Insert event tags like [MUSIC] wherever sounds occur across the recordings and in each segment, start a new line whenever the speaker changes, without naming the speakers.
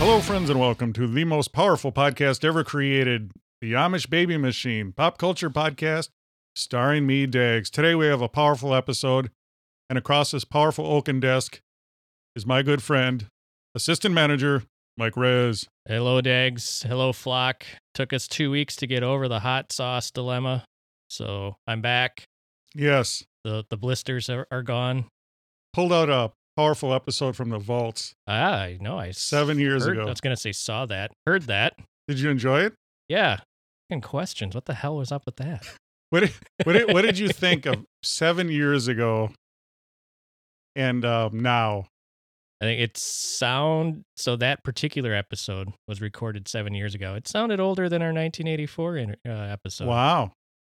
Hello, friends, and welcome to the most powerful podcast ever created, the Amish Baby Machine Pop Culture Podcast, starring me, Dags. Today we have a powerful episode, and across this powerful oaken desk is my good friend, assistant manager, Mike Rez.
Hello, Dags. Hello, Flock. Took us two weeks to get over the hot sauce dilemma. So I'm back.
Yes,
The the blisters are, are gone.
pulled out a powerful episode from the vaults
Ah, I know. I s-
seven years
heard, I
ago.
was going to say saw that. Heard that.
Did you enjoy it?
Yeah. Fucking questions. What the hell was up with that?
What did, what did, what did you think of seven years ago and um, now?
I think it's sound. So that particular episode was recorded seven years ago. It sounded older than our 1984 in, uh, episode.
Wow.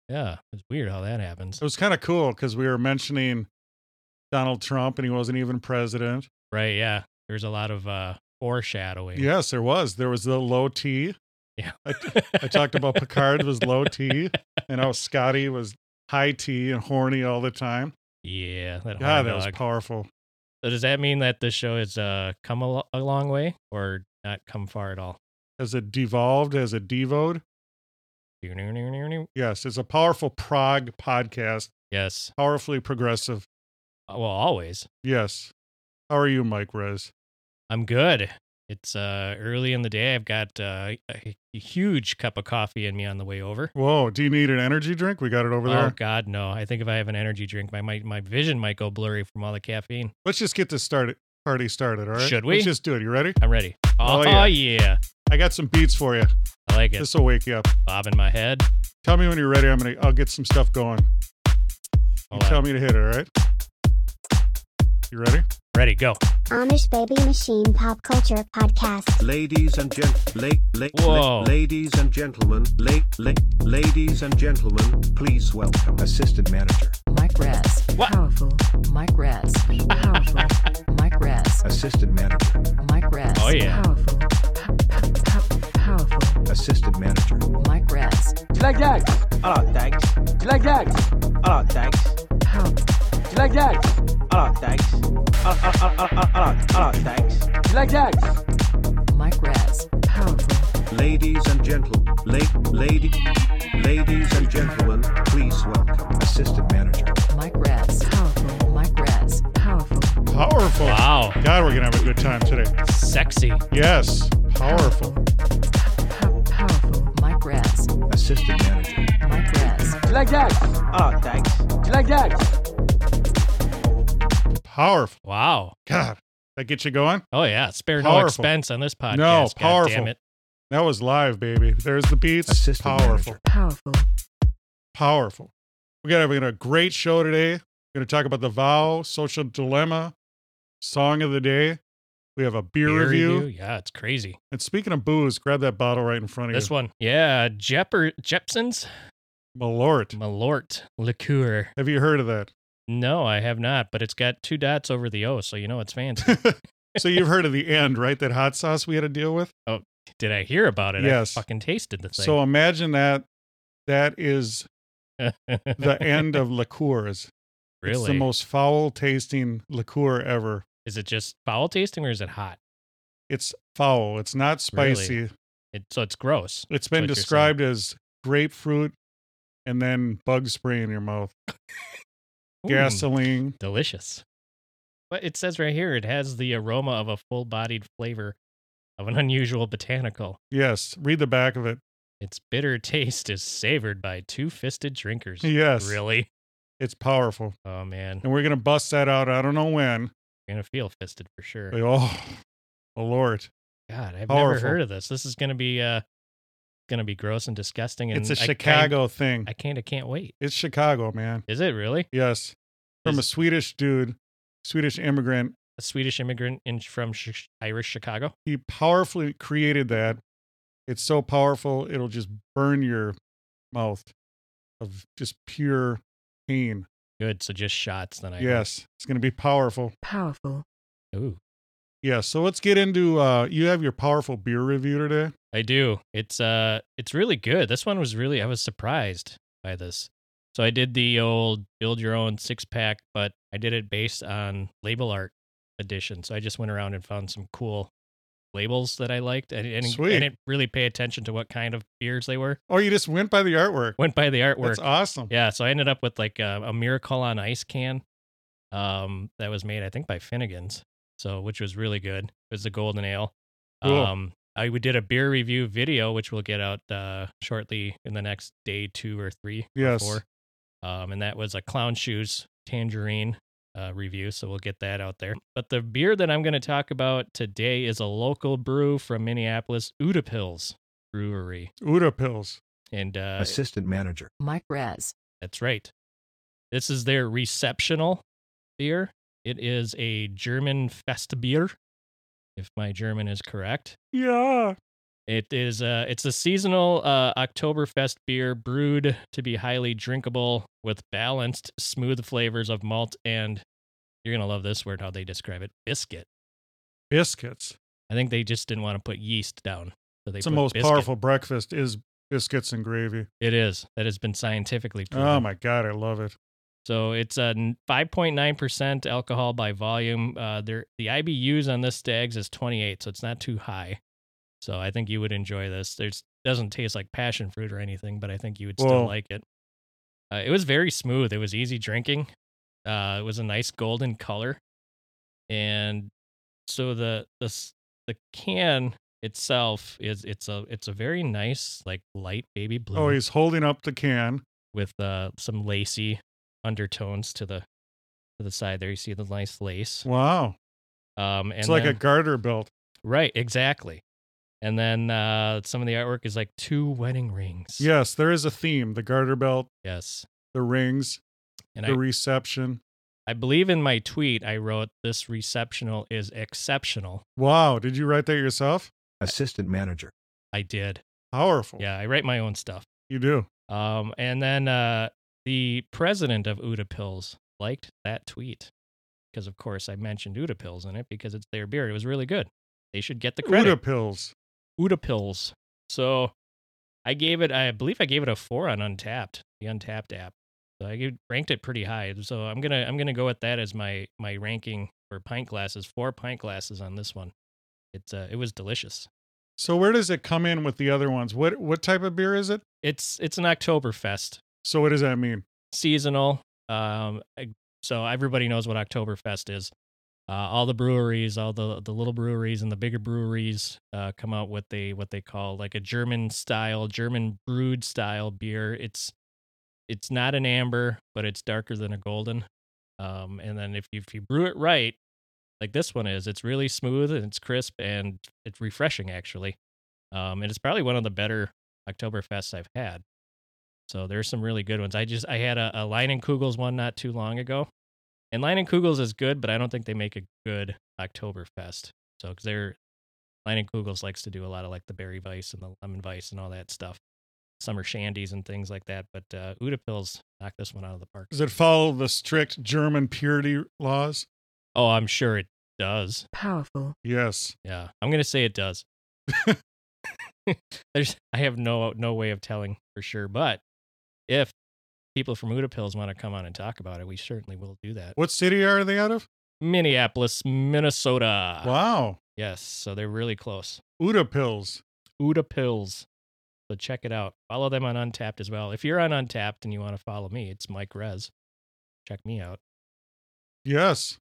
Yeah. It's weird how that happens.
It was kind of cool because we were mentioning Donald Trump and he wasn't even president.
Right. Yeah. There's a lot of uh, foreshadowing.
Yes, there was. There was the low T.
Yeah.
I, I talked
[LAUGHS]
about Picard was low T and how Scotty was high T and horny all the time.
Yeah. That
Yeah,
hard
that was
dog.
powerful.
So does that mean that this show has uh, come a, lo- a long way or not come far at all?
As it devolved, as it devoed. Yes, it's a powerful Prague podcast,
Yes.
powerfully progressive.
Uh, Well, always.
Yes. How are you, Mike Rez?
I'm good. It's uh, early in the day. I've got uh, a a huge cup of coffee in me on the way over.
Whoa, do you need an energy drink? We got it over
Oh
there.
God, no! I think if I have an energy drink, my my, my vision might go blurry from all the caffeine.
Let's just get this started. Party started, all right?
Should
Let's
we?
just do it. You ready?
I'm ready.
Oh,
Oh,
yeah.
yeah.
I got some beats for you.
I like it.
This will wake you up.
Bobbing my head.
Tell me when you're ready. I'm gonna. I'll get some stuff going. You
Hold on.
tell me to hit it. All right. You ready?
Ready? Go.
Amish Baby Machine Pop Culture Podcast.
Ladies and gen, la, la,
Whoa.
la- ladies and gentlemen, la, la, ladies and gentlemen, please welcome assistant manager,
Mike Rez.
What?
Powerful. Mike Rez.
[LAUGHS]
Powerful. Mike Rez.
assistant manager,
Mike Rez.
Oh, yeah.
Powerful. Pow- pow- pow- Powerful.
assistant manager,
Mike Rez.
like that? I don't thanks. Do you like that? I don't thanks. Do
Pow-
you like that? I don't thanks. I I I I I don't- I don't thanks. Do you like that?
Mike Rez. Powerful.
ladies and gentlemen, la, lady, ladies and gentlemen, please welcome assistant manager.
Mike Rez. Powerful. Mike Rez. Powerful.
Powerful.
Wow.
God, we're gonna have a good time today.
Sexy.
Yes. Powerful.
Pow- Powerful. Mike Rez.
Assistant manager.
Mike Rez.
Do you like that? I don't thanks. Do you like that?
Powerful.
Wow.
God, that get you going?
Oh yeah. Spare no
Powerful.
expense on this podcast.
No,
God
powerful.
damn it.
That was live, baby. There's the beats.
Assistant
powerful.
Powerful.
Powerful. We got having a great show today. We're gonna talk about the vow, social dilemma, song of the day. We have a beer,
Beer
review.
Yeah, it's crazy.
And speaking of booze, grab that bottle right in front of
This
you.
one. Yeah, Jepper Jepson's
Malort.
Malort liqueur.
Have you heard of that? [LAUGHS]
No, I have not, but it's got two dots over the O, so you know
[LAUGHS]
it's fancy.
so you've heard of the end, right? That hot sauce we had to deal with.
Did I hear about it?
Yes.
I fucking tasted the thing.
So imagine that that
[LAUGHS]
is the end of liqueurs.
really?
It's the most foul tasting liqueur ever.
is it just foul tasting or is it hot?
It's foul. It's not
Really?
spicy.
It, so it's gross.
It's been
what you're saying.
described as grapefruit and then bug spray in your mouth.
Ooh,
Gasoline.
Delicious. But it says right here it has the aroma of a full bodied flavor of an unusual botanical.
Yes. Read the back of it.
Its bitter [LAUGHS] taste is savored by two fisted drinkers.
Yes.
Really?
It's powerful.
Oh man.
And we're gonna bust that out. I don't know when.
You're gonna feel fisted for sure.
But, oh Alert.
God, I've never
Powerful.
heard of this. This is gonna be uh gonna be gross and disgusting. And
It's a
I
Chicago thing.
Kind, I kind of can't wait.
it's Chicago, man.
Is it really
Yes. From a
Is-
Swedish dude, Swedish immigrant.
a Swedish immigrant in from sh- Irish Chicago?
He powerfully created that. It's so powerful, it'll just burn your mouth of just pure pain.
Good. So just shots then. I hope.
Yes. It's going to be powerful.
Powerful.
Ooh,
Yeah. So let's get into uh you have your powerful beer review today.
I do. It's uh, it's really good. This one was really. I was surprised by this. So I did the old build your own six pack, but I did it based on label art edition. So I just went around and found some cool labels that I liked, and and I
Sweet.
didn't really pay attention to what kind of beers they were. [LAUGHS]
Oh, you just went by the artwork.
Went by the artwork.
That's awesome.
Yeah, so I ended up with like a, a miracle on ice can, um, that was made I think by Finnegan's, so which was really good. It was the golden ale.
Cool.
Um, I we did a beer review video, which we'll get out uh shortly in the next day two or three. or
Yes.
four. Um, and that was a clown shoes tangerine uh, review, so we'll get that out there. But the beer that I'm going to talk about today is a local brew from Minneapolis, Utapils Brewery,
Uda pills.
and uh,
Assistant manager.
Mike Rez.
that's right. This is their receptional beer. It is a German Festbier, if my German is correct.
Yeah.
It is uh it's a seasonal uh Oktoberfest beer brewed to be highly drinkable with balanced smooth flavors of malt and you're going to love this word how they describe it, biscuit.
Biscuits.
I think they just didn't want to put yeast down. So they
It's the
put
most
biscuit.
powerful breakfast is biscuits and gravy.
It is. That has been scientifically proven.
Oh my god, I love it.
So it's a 5.9% alcohol by volume. Uh, there, the IBUs on this Stags is 28, so it's not too high. So I think you would enjoy this. There's doesn't taste like passion fruit or anything, but I think you would still
Whoa.
like it. Uh, it was very smooth. It was easy drinking. Uh, it was a nice golden color, and so the the s- the can itself is it's a it's a very nice like light baby blue
Oh, he's holding up the can.
with uh, some lacy undertones to the to the side there. You see the nice lace.
Wow.
Um, and
it's like
then-
a garter belt.
right, exactly. And then uh, some of the artwork is like two wedding rings.
Yes, there is a theme. The garter belt,
Yes.
the rings,
And
the
I,
reception.
I believe in my tweet I wrote this receptional is exceptional.
Wow, did you write that yourself?
Assistant manager.
I did.
Powerful.
Yeah, I write my own stuff.
You do.
Um, and then uh, the president of Uda Pills liked that tweet because, of course, I mentioned Uda Pills in it because it's their beer. It was really good. They should get the credit.
Uda pills.
Uda pills. So I gave it, I believe I gave it a four on Untapped, the Untapped app. So I gave, ranked it pretty high. So I'm gonna I'm gonna go with that as my my ranking for pint glasses. Four pint glasses on this one. It's uh, it was delicious.
So where does it come in with the other ones? What what type of beer is it?
It's it's an Oktoberfest
So what does that mean?
seasonal. Um, I- so everybody knows what Oktoberfest is. Uh, all the breweries, all the the little breweries and the bigger breweries uh, come out with they what they call like a German style, German brewed style beer. It's it's not an amber, but it's darker than a golden. Um, and then if you, if you brew it right, like this one is, it's really smooth and it's crisp and it's refreshing actually. Um, and it's probably one of the better Oktoberfests I've had. So there's some really good ones. I just I had a, a Lion and Kugels one not too long ago, and Lion and Kugels is good, but I don't think they make a good Oktoberfest. So because they're Lion and Kugels likes to do a lot of like the berry vice and the lemon vice and all that stuff, summer shandies and things like that. But uh, Utapils knocked this one out of the park.
Does it follow the strict German purity laws?
Oh, I'm sure it does.
Powerful.
Yes.
Yeah, I'm gonna say it does. [LAUGHS] There's, I have no no way of telling for sure, but if people from Utapils want to come on and talk about it, we certainly will do that.
What city are they out of?
Minneapolis, Minnesota.
wow.
Yes, so they're really close.
Uda pills.
Uda Pills. So check it out. Follow them on Untapped as well. If you're on Untapped and you want to follow me, it's Mike Rez. Check me out.
Yes.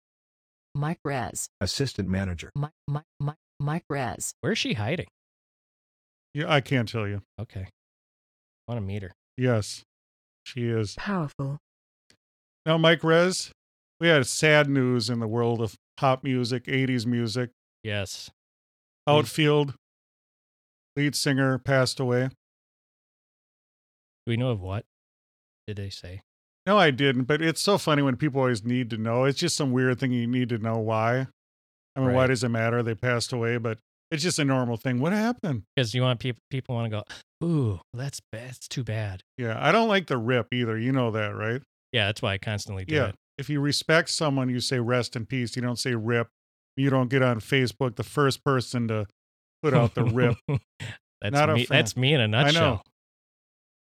Mike Rez.
Assistant manager.
Mike, Mike, Mike, Mike Rez.
Where's she hiding?
Yeah, I can't tell you.
Okay. want to meet her.
Yes. She is.
Powerful.
Now, Mike Rez, we had sad news in the world of pop music, 80s music.
Yes.
outfield lead singer passed away.
Do we know of what? Did they say?
No, I didn't. But it's so funny when people always need to know. It's just some weird thing you need to know why. I mean, why
Right.
does it matter? They passed away, but it's just a normal thing. What happened?
Because you want people people want to go, ooh, that's ba- that's too bad.
Yeah, I don't like the rip either. You know that, right?
Yeah, that's why I constantly do
Yeah.
it.
If you respect someone, you say rest in peace. You don't say rip. You don't get on Facebook the first person to put out the
[LAUGHS]
rip.
that's
Not a
me.
fan.
That's me in a
I
nutshell.
know.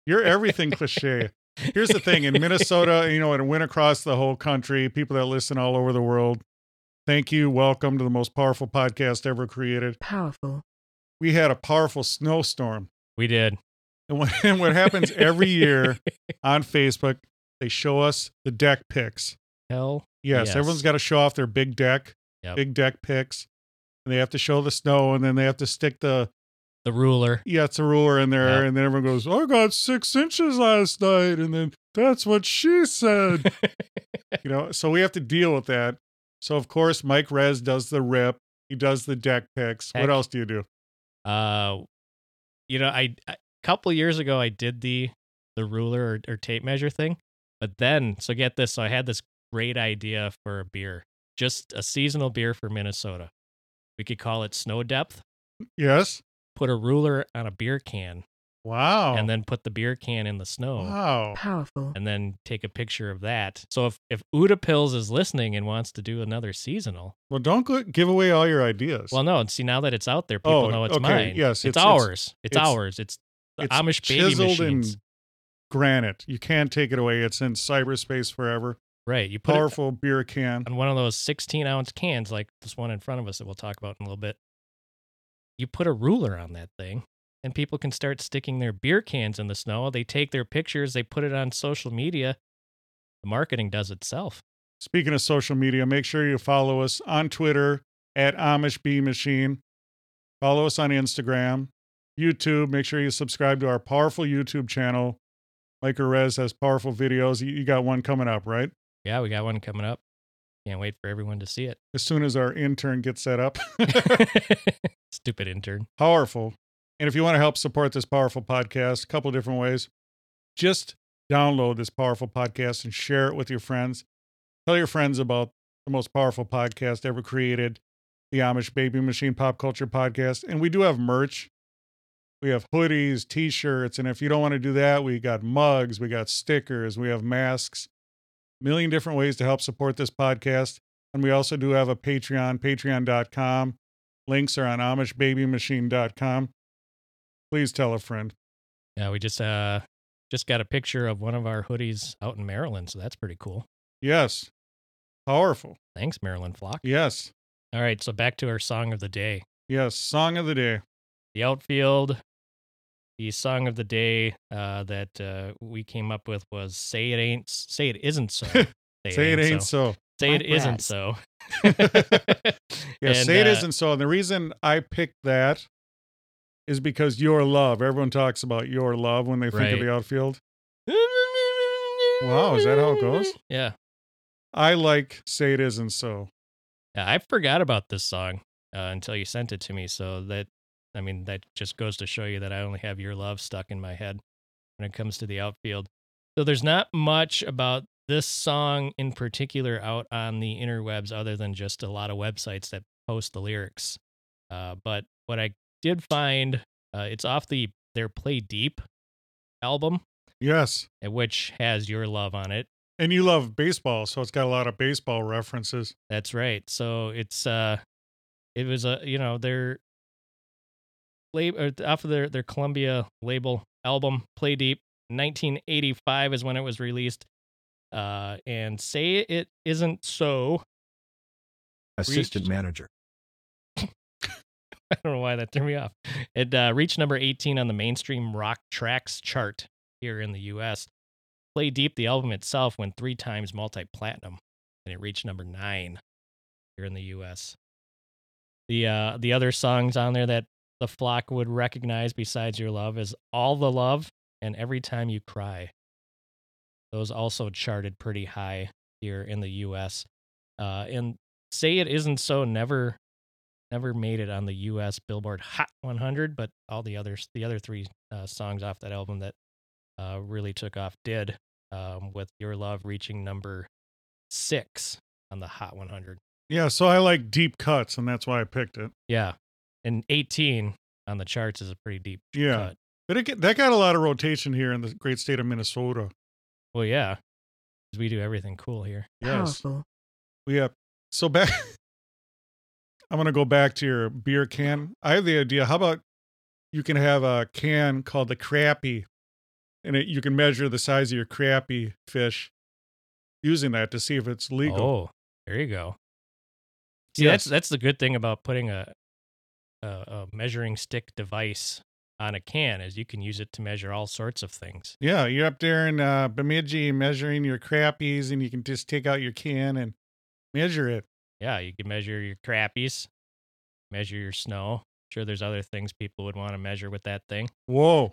You're everything cliche. Here's the thing in Minnesota, you know, it went across the whole country, people that listen all over the world. Thank you. Welcome to the most powerful podcast ever created.
Powerful.
We had a powerful snowstorm.
[LAUGHS] We did.
And what, [LAUGHS] and what happens every year on Facebook, they show us the deck picks.
Hell.
Yes,
Yes.
everyone's got to show off their big deck,
Yep.
big deck picks. And they have to show the snow and then they have to stick the,
The ruler.
yeah, it's a ruler in there.
Yep.
And then everyone goes, I got six inches last night. And then that's what she said.
[LAUGHS]
you know so we have to deal with that so of course mike rez does the rip he does the deck picks
Heck.
what else do you do
uh, you know, I a couple years ago I did the the ruler or, or tape measure thing, but then so get this, so I had this great idea for a beer, just a seasonal beer for Minnesota. We could call it Snow Depth.
yes
Put a ruler on a beer can,
wow
and then oh. put the beer can in the snow.
wow
Powerful.
And then take a picture of that. So if if Uda Pills is listening and wants to do another seasonal,
well don't go, give away all your ideas
well, no. See now that it's out there, people
Oh,
know it's
okay,
mine.
yes,
it's,
it's- it's-
ours. It's,
it's-
ours. It's the
It's
Amish baby
chiseled
machines.
in granite you can't take it away it's in cyberspace forever
Right. You put it
powerful beer can
on one of those 16 ounce cans, like this one in front of us that we'll talk about in a little bit. You put a ruler on that thing, and people can start sticking their beer cans in the snow. They take their pictures, they put it on social media. The marketing does itself.
speaking of social media make sure you follow us on twitter at amish bee machine follow us on instagram youtube make sure you subscribe to our powerful youtube channel mike Rez has powerful videos you you got one coming up right
Yeah, we got one coming up. Can't wait for everyone to see it.
as soon as our intern gets set up.
[LAUGHS] Stupid intern.
powerful. And if you want to help support this powerful podcast, a couple of different ways. Just download this powerful podcast and share it with your friends. Tell your friends about the most powerful podcast ever created, the Amish Baby Machine Pop Culture Podcast. And we do have merch. We have hoodies, t shirts. And if you don't want to do that, we got mugs, we got stickers, we have masks, a million different ways to help support this podcast. And we also do have a Patreon, patreon.com Links are on AmishBabyMachine.com. Please tell a friend.
Yeah, we just uh just got a picture of one of our hoodies out in Maryland, so that's pretty cool.
Yes. Powerful.
Thanks, Maryland Flock.
Yes.
All right, so back to our song of the day.
Yes. Song of the day.
the outfield. The song of the day uh, that uh, we came up with was "Say It Ain't, Say It Isn't
[LAUGHS]
So." Say it,
say it ain't so.
Say it
Mike
isn't
Brass.
so.
[LAUGHS]
[LAUGHS]
Yeah.
And,
say it
uh, [LAUGHS]
not so. And the reason I picked that is because your love. Everyone talks about your love when they think
Right.
of the outfield. Wow, is that how it goes?
Yeah.
I like say it isn't so.
Yeah, I forgot about this song uh, until you sent it to me. So that, I mean, that just goes to show you that I only have your love stuck in my head when it comes to the outfield. So there's not much about this song in particular out on the interwebs other than just a lot of websites that post the lyrics. Uh, but what I did find, uh, it's off the their Play Deep album,
Yes.
uh, which has Your Love on it.
And you love baseball, so it's got a lot of baseball references.
That's right. So it's uh it was a you know their lab or off of their their Columbia label album Play Deep 1985 is when it was released. Uh and say it isn't so.
Assistant manager.
[LAUGHS] I don't know why that threw me off. It uh, reached number 18 on the mainstream rock tracks chart here in the US. Play Deep the album itself went 3 times multi-platinum and it reached number 9 here in the US. The uh the other songs on there that the flock would recognize besides Your Love is All the Love and Every Time You Cry. Those also charted pretty high here in the US. Uh and Say It Isn't So never Never made it on the U.S. Billboard Hot 100, but all the others, the other three uh, songs off that album that uh, really took off did, um, with Your Love reaching number six on the Hot 100.
Yeah, so I like deep cuts, and that's why I picked it.
Yeah, and 18 on the charts is a pretty deep
Yeah.
cut.
But it, get- that got a lot of rotation here in the great state of Minnesota.
Well, yeah, 'cause we do everything cool here.
Yes.
Powerful.
We have. So back. [LAUGHS] I'm going to go back to your beer can. I have the idea. How about you can have a can called the crappie, and it, you can measure the size of your crappie fish using that to see if it's legal.
Oh, there you go. See, that's
Yes.
that's the good thing about putting a, a a measuring stick device on a can is you can use it to measure all sorts of things.
Yeah, you're up there in uh, Bemidji measuring your crappies, and you can just take out your can and measure it.
Yeah, you can measure your crappies, measure your snow. Sure, there's other things people would want to measure with that thing.
Whoa.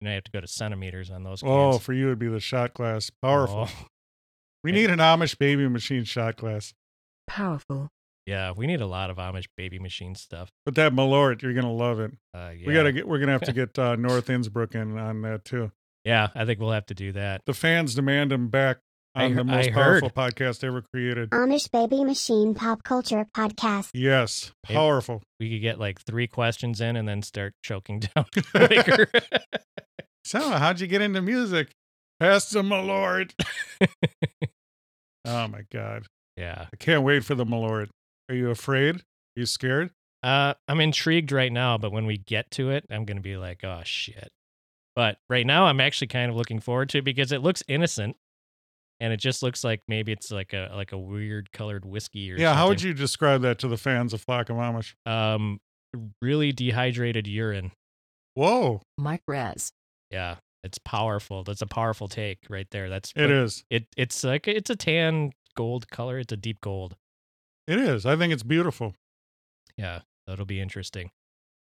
You know, you have to go to centimeters on those. Cans.
Oh, for you, it'd be the shot glass. Powerful.
Oh,
We
yeah.
need an Amish baby machine shot glass.
Powerful.
yeah, we need a lot of Amish baby machine stuff.
But that Malort, you're gonna love it.
Uh, yeah.
We gotta get. We're gonna have to get uh, North Innsbruck in on that too.
Yeah, I think we'll have to do that.
The fans demand him back
I
on
hear-
the most
I heard.
powerful podcast ever created.
Amish Baby Machine Pop Culture Podcast.
Yes,
Hey. [LAUGHS]
powerful.
We could get like three questions in and then start
[LAUGHS]
choking [LAUGHS] down the liquor.
So, how'd you get into music? Pass the
[LAUGHS]
Malort. oh my God,
[LAUGHS] yeah.
I can't wait for the Malort. Are you afraid? Are you scared?
Uh, I'm intrigued right now, but when we get to it, I'm gonna be like, oh shit. But right now, I'm actually kind of looking forward to it because it looks innocent, and it just looks like maybe it's like a like a weird colored whiskey or
yeah. How would
something.
you describe that to the fans of Flock of Amish?
um really dehydrated urine?
Whoa,
Mike Rez.
Yeah, it's powerful. That's a powerful take right there. That's
it
what-
is.
It it's like it's a tan gold color. It's a deep gold.
It is. I think it's beautiful.
Yeah, that'll be interesting.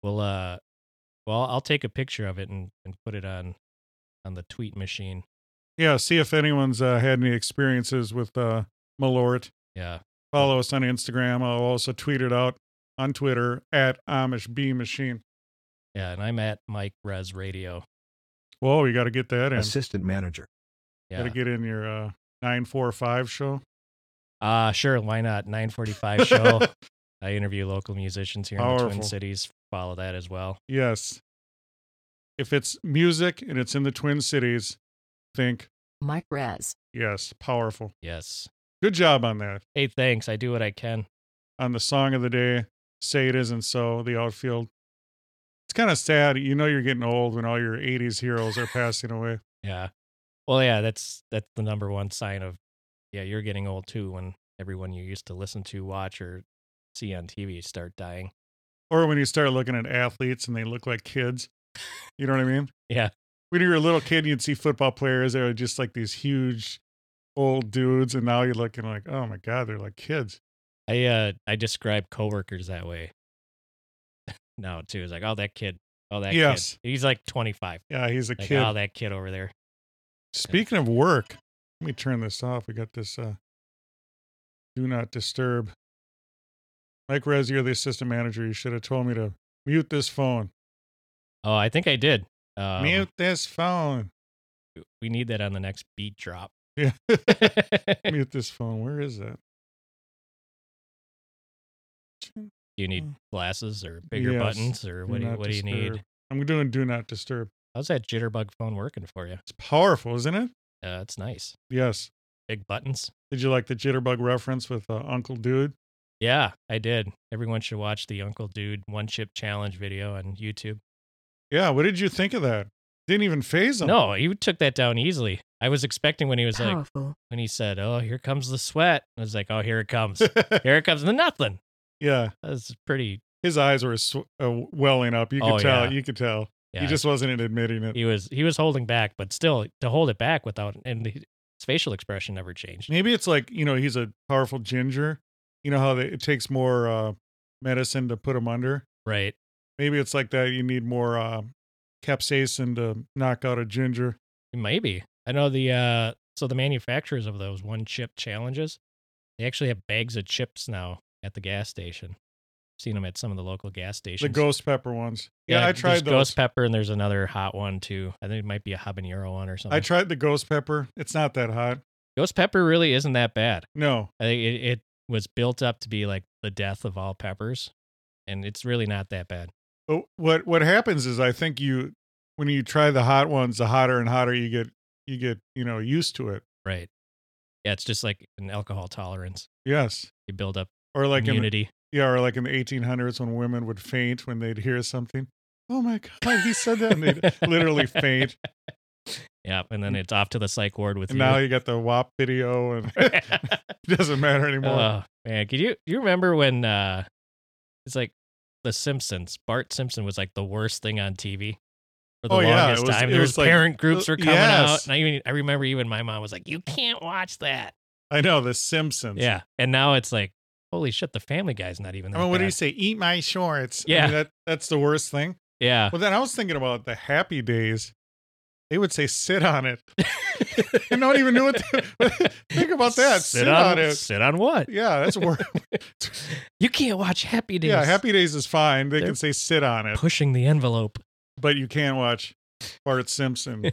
We'll uh, well, I'll take a picture of it and and put it on on the tweet machine.
Yeah. See if anyone's uh, had any experiences with uh, Malort.
Yeah.
Follow us on Instagram. I'll also tweet it out on Twitter at Amish B Machine.
Yeah, and I'm at Mike Res Radio.
Whoa, you got to get that in.
Assistant manager.
Got
Yeah.
to get in your uh, 945 show.
Uh sure, why not? 945 show. I interview local musicians here in the
Powerful.
Twin Cities. Follow that as well.
[LAUGHS] yes. If it's music and it's in the Twin Cities, think
Mike Rez.
yes, powerful.
Yes.
Good job on that.
Hey, thanks. I do what I can.
On the song of the day, Say It Isn't So, The Outfield. It's kind of sad. You know, you're getting old when all your 80s heroes are passing away.
Yeah. Well, yeah, that's that's the number one sign of yeah, you're getting old too when everyone you used to listen to, watch or see on TV start dying.
Or when you start looking at athletes and they look like kids. You know what I mean?
Yeah.
when you were a little kid, you'd see football players. They were just like these huge old dudes, and now you're looking like, oh my god, they're like kids.
I uh I describe coworkers that way. [LAUGHS] now too. It's like, oh that kid. Oh that
Yes.
kid. He's like twenty five.
Yeah, he's a
Like,
kid.
oh that kid over there.
Speaking of work, let me turn this off. We got this. uh Do not disturb. Mike Rez, you're the assistant manager. You should have told me to mute this phone.
Oh, I think I did. Um,
mute this phone. [LAUGHS]
we need that on the next beat drop. [LAUGHS]
Yeah. mute this phone. Where is that?
do you need glasses or bigger
Mm. Yes.
buttons or what do you,
not
what do you need?
disturb. I'm doing do not disturb.
How's that jitterbug phone working for you?
It's powerful, isn't it?
Uh, it's nice.
Yes.
Big buttons.
Did you like the jitterbug reference with uh, Uncle Dude?
Yeah, I did. Everyone should watch the Uncle Dude One Chip Challenge video on YouTube.
Yeah, what did you think of that? Didn't even phase him.
No, he took that down easily. I was expecting when he was like,
Powerful.
when he said, "Oh, here comes the sweat." I was like, "Oh, here it comes. here it comes the nothing."
[LAUGHS] yeah,
That's pretty.
his eyes were sw- uh, welling up. You could
Oh,
tell.
yeah.
You could tell.
Yeah,
He just wasn't admitting it.
he was he was holding back, but still to hold it back without and the, his facial expression never changed.
Maybe it's like you know he's a powerful ginger. You know how they, it takes more uh, medicine to put him under.
Right.
Maybe it's like that. You need more uh, capsaicin to knock out a ginger.
Maybe. I know the uh so the manufacturers of those one chip challenges, they actually have bags of chips now at the gas station. seen them at some of the local gas stations.
The ghost pepper ones. Yeah, I
there's
tried those.
Ghost pepper, and there's another hot one too. I think it might be a habanero one or something.
I tried the ghost pepper. It's not that hot.
ghost pepper really isn't that bad.
No.
I think it, it was built up to be like the death of all peppers, and it's really not that bad.
But what what happens is I think you when you try the hot ones, the hotter and hotter you get you get, you know, used to it.
Right? Yeah, it's just like an alcohol tolerance.
Yes.
You build up
Or like in the,
immunity.
yeah, or like in the 1800s when women would faint when they'd hear something. Oh my god, he said that and they'd
[LAUGHS]
literally faint.
yeah, and then it's off to the psych ward with
And
you.
now
[LAUGHS]
you got the WAP video and [LAUGHS] it doesn't matter anymore.
Oh man, could you you remember when uh it's like The Simpsons? Bart Simpson was like the worst thing on TV for the
Oh, yeah, it
longest
was-
time.
it
There
was
was
like- uh,
parent groups were coming
Yes.
out, and I even I remember even my mom was like, "You can't watch that."
I know the Simpsons.
Yeah, and now it's like, holy shit, the Family Guy's not even. That
I mean, Oh, what do you
bad.
say? Eat my shorts. I
Yeah.
mean, that, that's the worst thing.
Yeah,
Well, then I was thinking about the happy days. They would say, sit on it. [LAUGHS] I don't even know what to [LAUGHS] think about that. Sit, on, it.
Sit on what?
Yeah, that's
[LAUGHS]
worse.
You can't watch Happy Days.
yeah, happy days is fine. They
They're-
can say sit on it,
pushing the envelope.
but you can't watch Bart
[LAUGHS]
Simpson.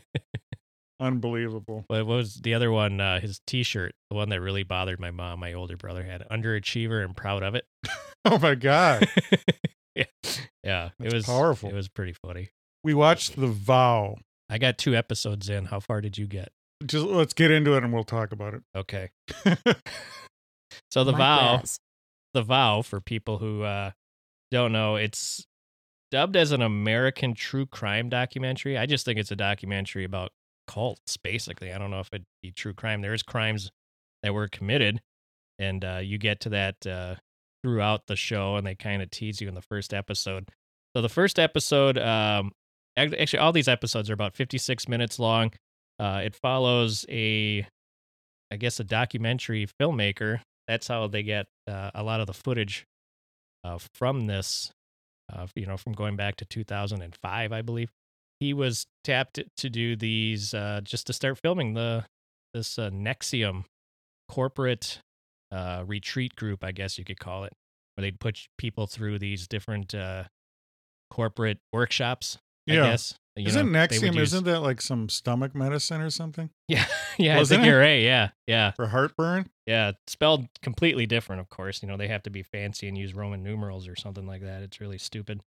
Unbelievable.
What what was the other one? Uh, his T-shirt, the one that really bothered my mom. My older brother had underachiever and proud of it.
[LAUGHS] Oh my God.
[LAUGHS] yeah, yeah,
That's
it was
powerful.
It was pretty funny.
We watched The Vow.
I got two episodes in. How far did you get?
Just let's get into it and we'll talk about it. [LAUGHS]
Okay. so the
Mike
vow,
Rez.
the vow for people who uh, don't know, it's dubbed as an American true crime documentary. I just think it's a documentary about cults, basically. I don't know if it'd be true crime. There is crimes that were committed, and uh, you get to that uh, throughout the show, and they kind of tease you in the first episode. So the first episode, um, act- actually, all these episodes are about 56 minutes long. Uh, it follows a, I guess, a documentary filmmaker. That's how they get uh, a lot of the footage uh, from this uh, you know, from going back to 2005, I believe. He was tapped to do these uh, just to start filming the this uh, Nexium corporate uh, retreat group, I guess you could call it, where they'd put people through these different uh, corporate workshops.
Yeah.
I guess You
isn't
know, they would
Nexium,
use-
isn't that like some stomach medicine or something?
yeah, [LAUGHS] yeah, I
Wasn't
think
it?
you're right. Yeah, yeah,
For heartburn?
yeah. It's Spelled completely different, of course. You know, they have to be fancy and use Roman numerals or something like that. It's really stupid.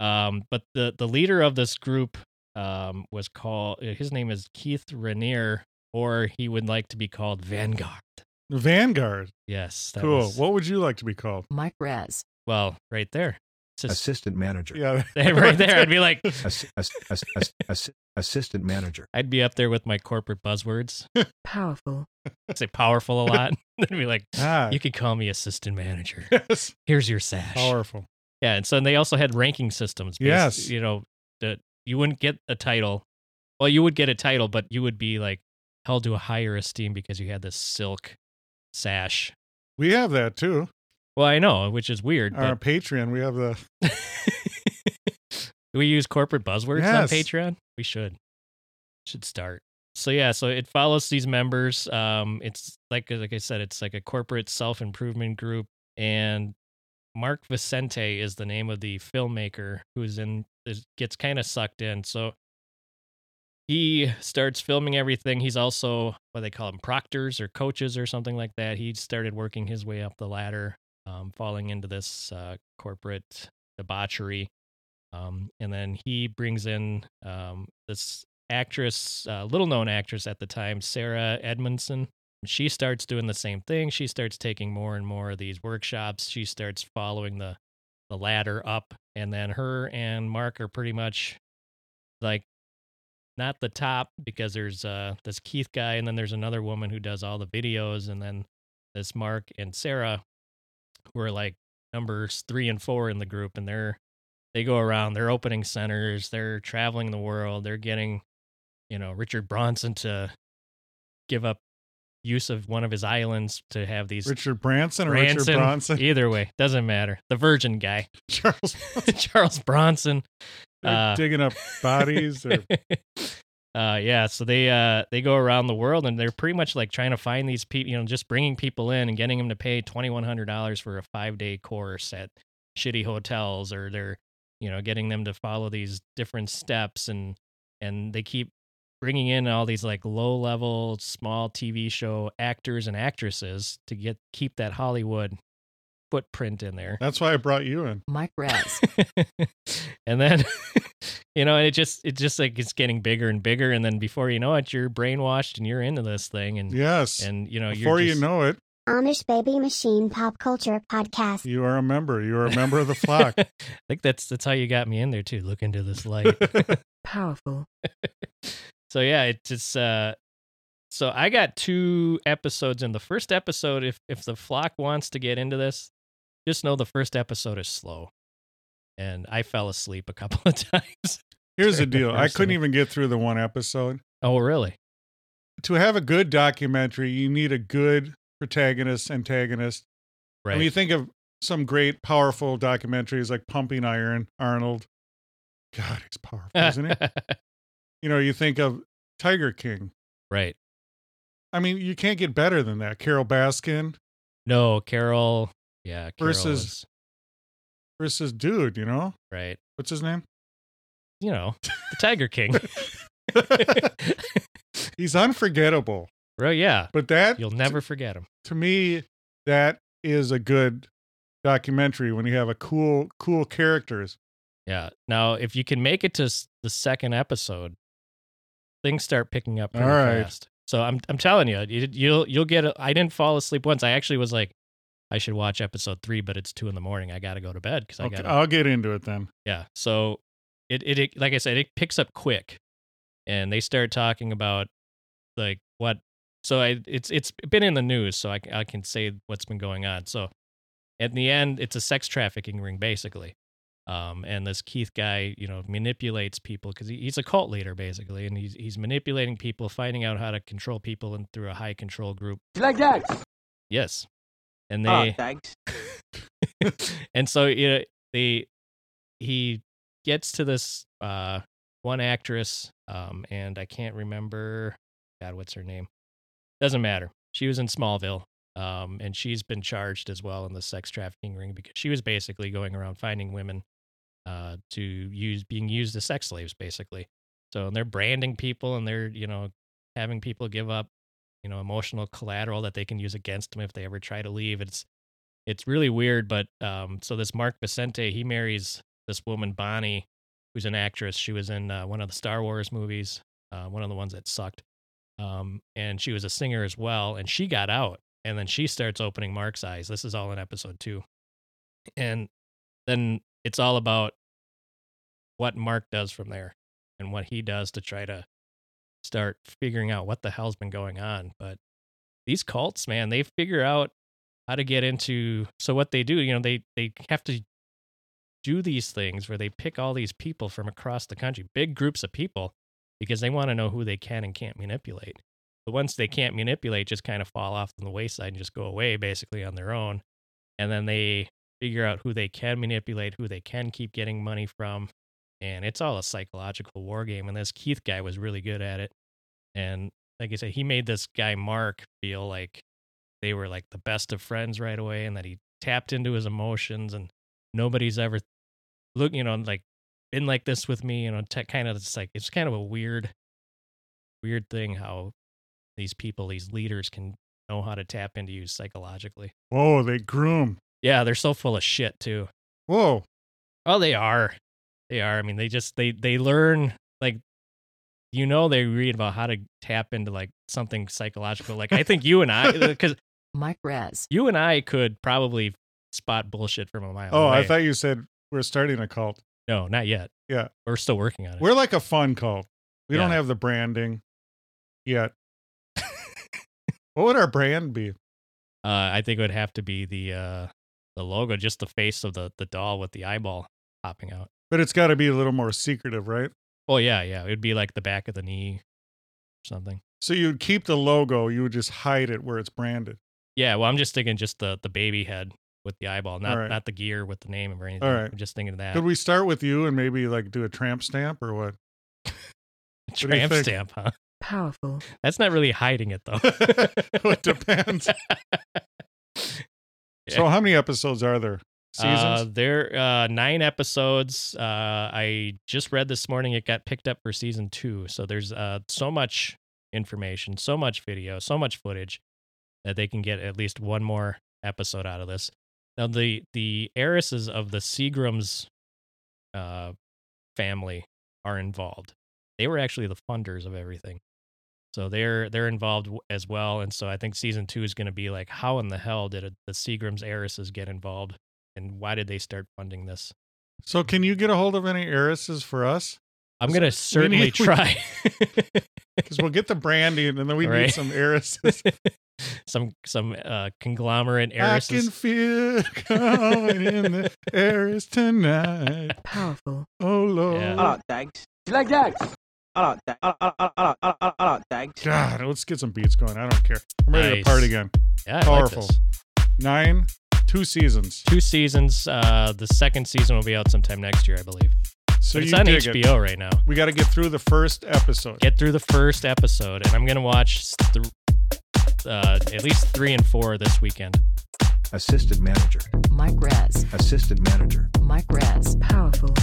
Um, but the the leader of this group um, was called. His name is Keith Rainier, or he would like to be called Vanguard.
Vanguard.
Yes, that
Cool.
was-
What would you like to be called?
[LAUGHS]
Mike Rez.
well, right there. It's just-
Assistant manager.
Yeah.
right [LAUGHS] there. I'd be
[LAUGHS]
like,
Ass- ass- ass- ass- ass- assistant manager.
[LAUGHS] I'd be up there with my corporate buzzwords.
Powerful.
I'd say powerful
[LAUGHS]
a lot. [LAUGHS] I'd be like,
[LAUGHS]
Uh,
Ah,
[LAUGHS] you could call me assistant manager.
yes.
Here's your sash.
Powerful.
Yeah, and so they also had ranking systems. based-
Yes.
you know that you wouldn't get a title. Well, you would get a title, but you would be like held to a higher esteem because you had this silk sash.
We have that too.
Well, I know, which is weird.
Our Patreon, we have the
But [LAUGHS] do we use corporate buzzwords
Yes.
on Patreon? We should. Should start. So yeah, so it follows these members. Um, it's like like I said, it's like a corporate self improvement group, and Mark Vicente is the name of the filmmaker who's in is, gets kind of sucked in. So he starts filming everything. He's also what they call him proctors or coaches or something like that. He started working his way up the ladder, um, falling into this uh, corporate debauchery. Um, and then he brings in um, this actress, uh, little known actress at the time, Sarah Edmondson. She starts doing the same thing. She starts taking more and more of these workshops. She starts following the the ladder up, and then her and Mark are pretty much like not the top because there's uh this Keith guy, and then there's another woman who does all the videos, and then this Mark and Sarah who are like numbers three and four in the group, and they're they go around they're opening centers they're traveling the world they're getting you know richard bronson to give up use of one of his islands to have these
Richard Branson or Richard
Branson,
Bronson.
either way doesn't matter the virgin guy
[LAUGHS] Charles.
[LAUGHS] charles bronson
They're
Uh,
digging
[LAUGHS]
up bodies. Or,
uh, yeah, so they uh, they go around the world and they're pretty much like trying to find these people, you know, just bringing people in and getting them to pay twenty one hundred dollars for a five day course at shitty hotels or they're you know getting them to follow these different steps and and they keep bringing in all these like low level small TV show actors and actresses to get keep that Hollywood footprint in there.
That's why I brought you in.
Mike
[LAUGHS]
Rez,
and then [LAUGHS] you know it just it just like it's getting bigger and bigger and then before you know it you're brainwashed and you're into this thing and
Yes.
and you know
Before
you're
you
just- [LAUGHS]
know it,
Amish Baby Machine Pop Culture Podcast.
you are a member. You are a member
[LAUGHS]
of the flock. [LAUGHS]
I think that's that's how you got me in there too. Look into this light.
powerful,
so yeah, it just uh so I got two episodes in. The first episode, if if the flock wants to get into this, just know the first episode is slow. And I fell asleep a couple [LAUGHS] of times.
Here's the deal. I couldn't
Personally.
even get through the one episode.
Oh really?
To have a good documentary, you need a good protagonist, antagonist.
Right.
When you think of some great, powerful documentaries like Pumping Iron, Arnold. God, he's powerful,
[LAUGHS]
isn't he? You know, you think of Tiger King.
right.
I mean, you can't get better than that. Carol Baskin
No, Carol. Yeah, Carol
Versus-
is-
versus dude, you know?
right.
What's his name?
You know, the Tiger King. [LAUGHS]
He's unforgettable.
Well, yeah.
But that
You'll never forget him.
to me that is a good documentary when you have a cool cool characters.
Yeah. Now, if you can make it to s- the second episode, things start picking up pretty
All right.
fast. So I'm I'm telling you, you you'll you'll get. A, I didn't fall asleep once. I actually was like, I should watch episode three, but it's two in the morning. I got to go to bed because I
Okay,
got
I'll get into it then.
yeah. So it, it it like I said, it picks up quick, and they start talking about like what. So I it's it's been in the news, so I c- I can say what's been going on. So at the end, it's a sex trafficking ring basically. Um, and this Keith guy, you know, manipulates people because he, he's a cult leader basically, and he's he's manipulating people, finding out how to control people, and through a high control group.
You like that? Oh,
Yes, and they
I like that.
[LAUGHS] and so you know they he gets to this uh one actress um and i can't remember god what's her name doesn't matter she was in smallville um and she's been charged as well in the sex trafficking ring because she was basically going around finding women uh to use being used as sex slaves basically so and they're branding people and they're you know having people give up you know emotional collateral that they can use against them if they ever try to leave it's it's really weird, but um, so this Mark Vicente, he marries this woman Bonnie, who's an actress. She was in uh, one of the Star Wars movies, uh, one of the ones that sucked, um, and she was a singer as well. And she got out, and then she starts opening Mark's eyes. This is all in episode two, and then it's all about what Mark does from there and what he does to try to start figuring out what the hell's been going on. But these cults, man, they figure out how to get into so what they do you know they they have to do these things where they pick all these people from across the country big groups of people because they want to know who they can and can't manipulate the ones they can't manipulate just kind of fall off on the wayside and just go away basically on their own and then they figure out who they can manipulate who they can keep getting money from and it's all a psychological war game and this keith guy was really good at it and like i said he made this guy mark feel like they were like the best of friends right away and that he tapped into his emotions and nobody's ever look you know like been like this with me you know te- kind of it's like it's kind of a weird weird thing how these people these leaders can know how to tap into you psychologically
Whoa, they groom.
yeah they're so full of shit too
Whoa.
Oh, they are. They are. I mean, they just they they learn like you know they read about how to tap into like something psychological. Like I think you and
[LAUGHS]
I cuz
Mike Rez,
you and I could probably spot bullshit from a mile
Oh,
away.
I thought you said we're starting a cult.
No, not yet.
Yeah.
We're still working on it.
We're like a fun cult. We don't
Yeah.
have the branding yet. what would our brand be?
Uh I think it would have to be the uh the logo, just the face of the the doll with the eyeball popping out.
But it's got to be a little more secretive, right?
Oh yeah, yeah. It would be like the back of the knee or something.
So you'd keep the logo, you would just hide it where it's branded.
Yeah, well, I'm just thinking just the the baby head with the eyeball, not
right.
not the gear with the name or anything.
right.
I'm just thinking of that
Could we start with you and maybe like do a tramp stamp or what? do you
tramp
think?
stamp, huh?
powerful,
That's not really hiding it
[LAUGHS]
though.
it depends.
Yeah.
So how many episodes are there?
Uh,
seasons?
there uh, nine episodes. Uh, I just read this morning it got picked up for season two. So there's uh, so much information, so much video, so much footage that they can get at least one more episode out of this. Now the the heiresses of the Seagrams uh, family are involved. They were actually the funders of everything. So they're they're involved w- as well, and so I think season two is going to be like, how in the hell did it, the Seagrams heiresses get involved? and why did they start funding this?
so can you get a hold of any heiresses for us?
I'm
So [LAUGHS]
gonna
we
certainly
need- we-
try [LAUGHS]
Because we'll get the brandy and then we need
Right.
some
[LAUGHS]
heiresses.
some some uh, conglomerate
I can
heiresses.
feel it coming in the heiress tonight.
Powerful.
Oh Lord.
Yeah.
I like thanks. You like that? I like that. I like, I like, I like, I like, I like thanks.
God, let's get some beats going. I don't care. I'm ready
Nice.
to party again.
Yeah, I like
powerful.
this.
Nine, two seasons.
Two seasons. Uh, the second season will be out sometime next year, I believe.
So
But it's
you
on
dig it.
HBO right now.
We got to get through the first episode.
Get through the first episode, and I'm gonna watch s- th- uh, at least three and four this weekend.
Assistant manager.
Mike Res.
Assistant manager.
Mike Res. Powerful.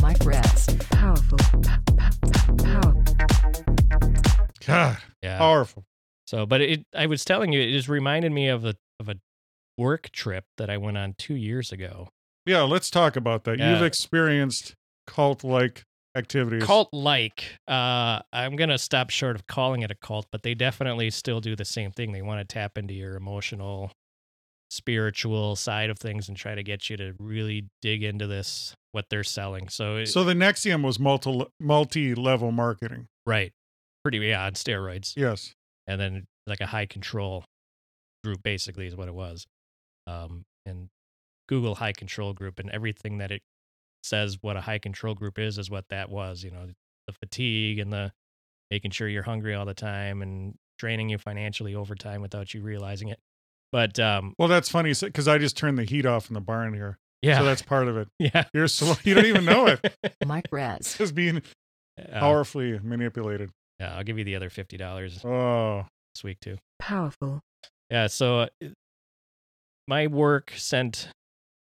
Mike Res. Powerful. Powerful.
God,
Yeah.
powerful.
So, but it, I was telling you, it just reminded me of a of a work trip that I went on two years ago.
Yeah, let's talk about that. You've
Yeah.
experienced cult-like activities.
cult like uh i'm gonna stop short of calling it a cult but they definitely still do the same thing they want to tap into your emotional spiritual side of things and try to get you to really dig into this what they're selling so, it,
So the Nexium was multi multi-level marketing.
right pretty yeah on steroids
Yes.
and then like a high control group basically is what it was um and google high control group and everything that it says what a high control group is is what that was you know the fatigue and the making sure you're hungry all the time and draining you financially over time without you realizing it but um
Well, that's funny because I just turned the heat off in the barn here.
yeah
So that's part of it.
[LAUGHS] yeah
You're
[LAUGHS]
so you don't even know it.
Mike Res.
Just being
uh,
powerfully manipulated.
yeah, i'll give you the other $50 this
Oh,
week too
Powerful.
Yeah, so uh, it- my work sent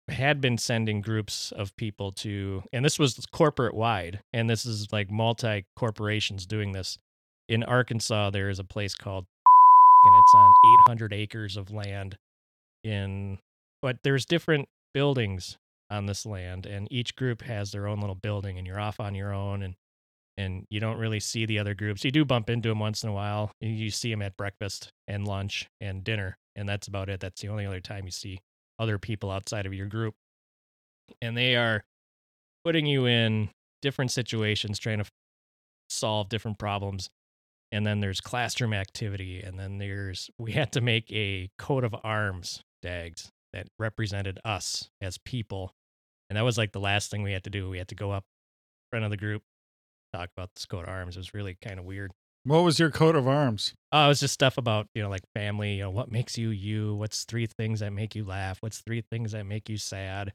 had been sending groups of people to and this was corporate wide and this is like multi corporations doing this. In Arkansas there is a place called [LAUGHS] and it's on 800 acres of land in but there's different buildings on this land and each group has their own little building and you're off on your own and and you don't really see the other groups. You do bump into them once in a while. You- You see them at breakfast and lunch and dinner, and that's about it. That's the only other time you see other people outside of your group. And they are putting you in different situations, trying to solve different problems. And then there's classroom activity, and then there's [LAUGHS] we had to make a coat of arms dags that represented us as people. And that was like the last thing we had to do. We had to go up in front of the group, talk about this coat of arms. It was really kind of weird.
what was your coat of arms?
Oh, it was just stuff about, you know, like family, you know, what makes you you? What's three things that make you laugh? What's three things that make you sad?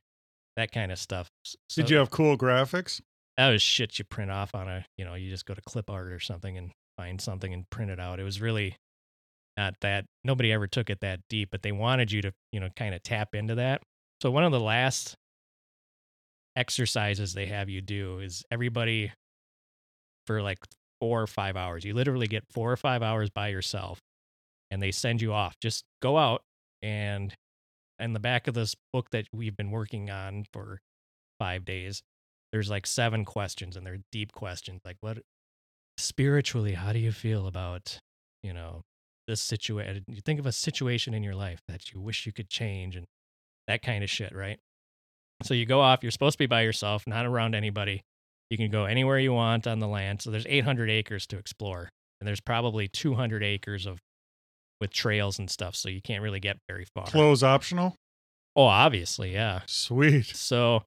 That kind of stuff. S-
Did
so
you have cool graphics?
That was shit you print off on a, you know, you just go to clip art or something and find something and print it out. It was really not that, nobody ever took it that deep, but they wanted you to, you know, kind of tap into that. So one of the last exercises they have you do is everybody for like four or five hours. You literally get four or five hours by yourself and they send you off. Just go out and in the back of this book that we've been working on for five days, there's like seven questions and they're deep questions. Like what spiritually, how do you feel about, you know, this situation? You think of a situation in your life that you wish you could change and that kind of shit, right? So you go off, you're supposed to be by yourself, not around anybody. You can go anywhere you want on the land. So there's 800 acres to explore, and there's probably 200 acres of with trails and stuff, so you can't really get very far.
Clothes optional?
Oh, obviously, yeah.
Sweet.
So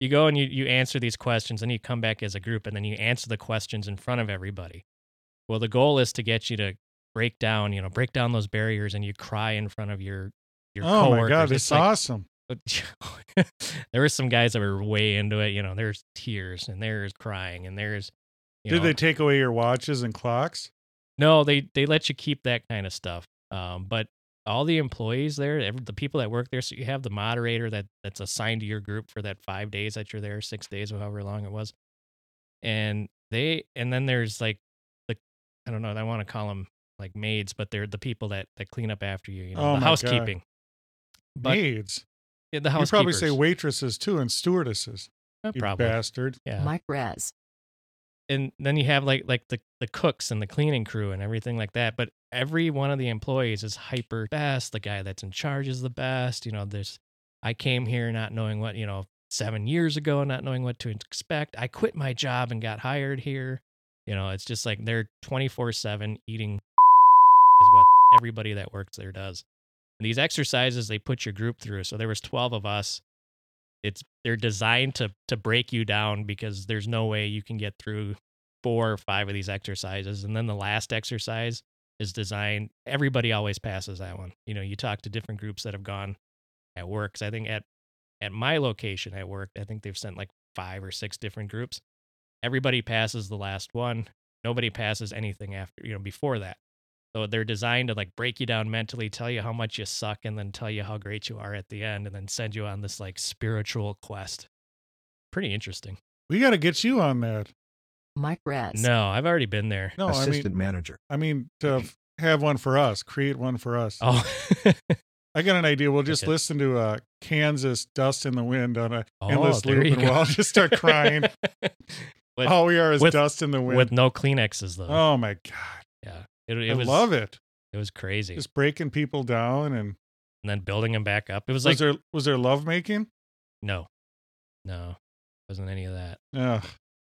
you go and you, you answer these questions, and you come back as a group, and then you answer the questions in front of everybody. Well, the goal is to get you to break down, you know, break down those barriers, and you cry in front of your your
oh
coworkers.
my god,
It's
it's
like-
awesome.
but [LAUGHS] there were some guys that were way into it. You know, there's tears and there's crying and there's. You
Did
know,
they take away your watches and clocks?
no, they they let you keep that kind of stuff. Um, but all the employees there, every, the people that work there. So you have the moderator that that's assigned to your group for that five days that you're there, six days, or however long it was. And they, and then there's like the, I don't know, I want to call them like maids, but they're the people that that clean up after you, you know,
Oh my
the
God.
housekeeping. But
Maids.
yeah, the
You probably
housekeepers.
say waitresses too and stewardesses.
Eh,
You
probably.
bastard.
Yeah.
Mike Rez.
and then you have like like the the cooks and the cleaning crew and everything like that but every one of the employees is hyper best the guy that's in charge is the best you know there's i came here not knowing what you know seven years ago not knowing what to expect i quit my job and got hired here you know it's just like they're 24 7 eating [LAUGHS] is what everybody that works there does and these exercises they put your group through so there was 12 of us it's they're designed to to break you down because there's no way you can get through four or five of these exercises and then the last exercise is designed everybody always passes that one you know you talk to different groups that have gone at work 'cause i think at at my location at work i think they've sent like five or six different groups everybody passes the last one nobody passes anything after you know before that so they're designed to like break you down mentally, tell you how much you suck, and then tell you how great you are at the end, and then send you on this like spiritual quest. Pretty interesting.
We got to get you on that.
Mike Rez.
No, I've already
[LAUGHS]
been there.
No, I
assistant
mean,
manager.
I mean to f- have one for us, create one for us.
Mm-hmm. Oh, [LAUGHS]
I got an idea. We'll just
Okay.
listen to uh, Kansas Dust in the Wind on a
Oh,
endless
there
loop,
you
and
go.
we'll all
[LAUGHS]
just start crying.
With-
all we are is
with-
dust in the wind.
with no Kleenexes though.
oh my god,
Yeah, it, it
I
was
love it.
it was crazy,
Just breaking people down, and
and then building them back up. It was
was
like
there was there love making?
no, no, wasn't any of that.
Ugh.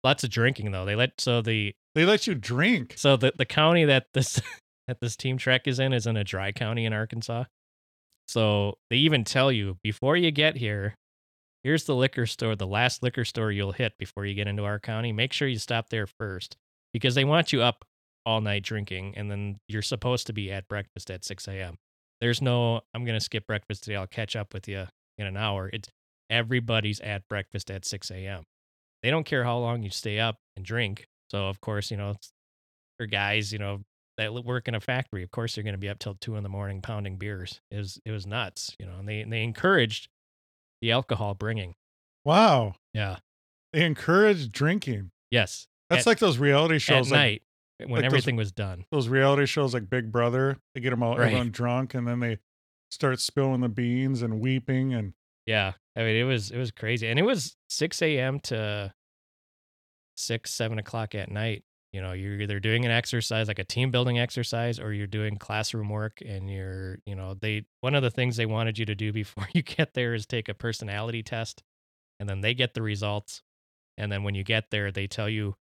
Lots of drinking though. They let so the
They let you drink.
So the, the county that this [LAUGHS] that this team trek is in is in a dry county in Arkansas. So they even tell you before you get here, here's the liquor store, the last liquor store you'll hit before you get into our county. Make sure you stop there first because they want you up all night drinking, and then you're supposed to be at breakfast at 6 a.m. There's no I'm gonna skip breakfast today. I'll catch up with you in an hour. It's everybody's at breakfast at 6 a.m. They don't care how long you stay up and drink. So of course, you know it's or guys, you know, that l- work in a factory, of course they're going to be up till two in the morning pounding beers. It was it was nuts, you know, and they and they encouraged the alcohol bringing.
Wow,
Yeah.
they encourage drinking.
Yes.
That's
At-
like those reality
At
shows. like
night when
like those-
everything was done.
those reality shows like Big Brother. They get them all
Right.
everyone drunk, and then they start spilling the beans and weeping. And
Yeah. I mean, it was it was crazy, and it was six a.m. to six seven o'clock at night. You know, you're either doing an exercise like a team building exercise, or you're doing classroom work, and you're you know they one of the things they wanted you to do [LAUGHS] before you get there is take a personality test, and then they get the results, and then when you get there, they tell you.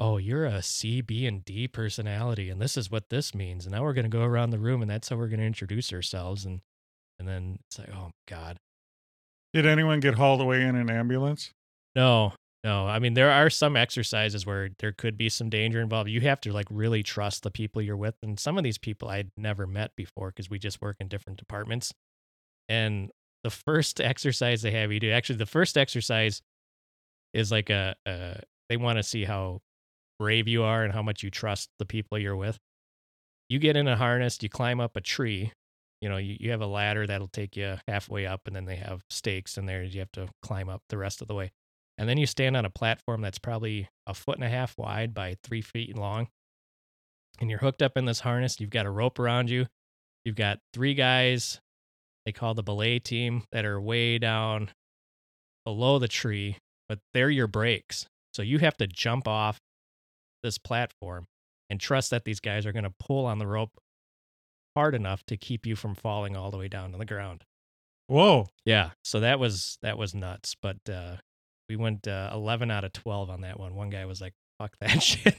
Oh, you're a C, B, and D personality, and this is what this means. And now we're going to go around the room, and that's how we're going to introduce ourselves. And and then it's like, oh God,
did anyone get hauled away in an ambulance?
no, no. I mean, there are some exercises where there could be some danger involved. You have to like really trust the people you're with. And some of these people I'd never met before because we just work in different departments. And the first exercise they have you do, actually, the first exercise is like a, a they want to see how brave you are and how much you trust the people you're with. You get in a harness, you climb up a tree. You know, you, you have a ladder that'll take you halfway up, and then they have stakes in there. You have to climb up the rest of the way and then you stand on a platform that's probably a foot and a half wide by three feet long and you're hooked up in this harness you've got a rope around you you've got three guys they call the belay team that are way down below the tree but they're your brakes so you have to jump off this platform and trust that these guys are going to pull on the rope hard enough to keep you from falling all the way down to the ground
Whoa,
yeah, so that was that was nuts, but uh we went uh, 11 out of 12 on that one. One guy was like, "Fuck [LAUGHS] that shit."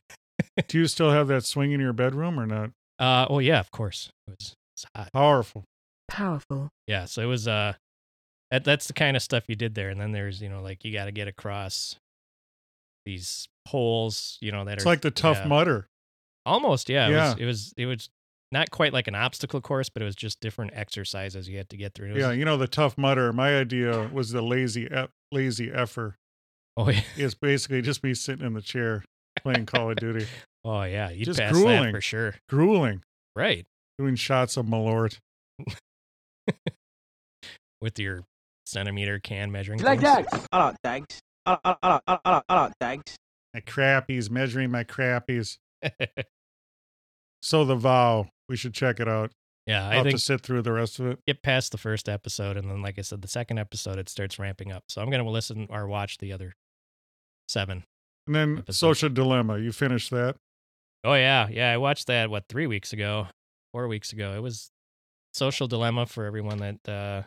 do you still have that swing in your bedroom or not?
Uh oh yeah, of course. It was, it was hot.
Powerful.
Powerful.
Yeah, so it was uh that that's the kind of stuff you did there and then there's, you know, like you got to get across these poles, you know, that
It's
are
like the tough
yeah.
mudder.
Almost, yeah. It,
Yeah.
Was, it was it was not quite like an obstacle course, but it was just different exercises you had to get through. It was-
Yeah, you know the tough mudder. My idea was the lazy eff- lazy effer.
[LAUGHS] Oh yeah.
It's basically just me sitting in the chair playing Call of
[LAUGHS]
Duty,
Oh yeah, you
Just
passed that
grueling.
for sure.
grueling,
Right.
doing shots of Malort.
with your centimeter can measuring.
like
things.
that? I don't thanks. I don't, I don't, I don't, I don't, I don't thanks.
My crappies, measuring my crappies. So the vow, we should check it out.
[LAUGHS] yeah,
I
I
have
think
to sit through the rest of it.
get past the first episode, and then, like I said, the second episode it starts ramping up. So I'm gonna listen or watch the other seven.
And then
Episode.
Social Dilemma, you finished that.
Oh yeah, yeah. I watched that what three weeks ago, four weeks ago. It was social dilemma for everyone that uh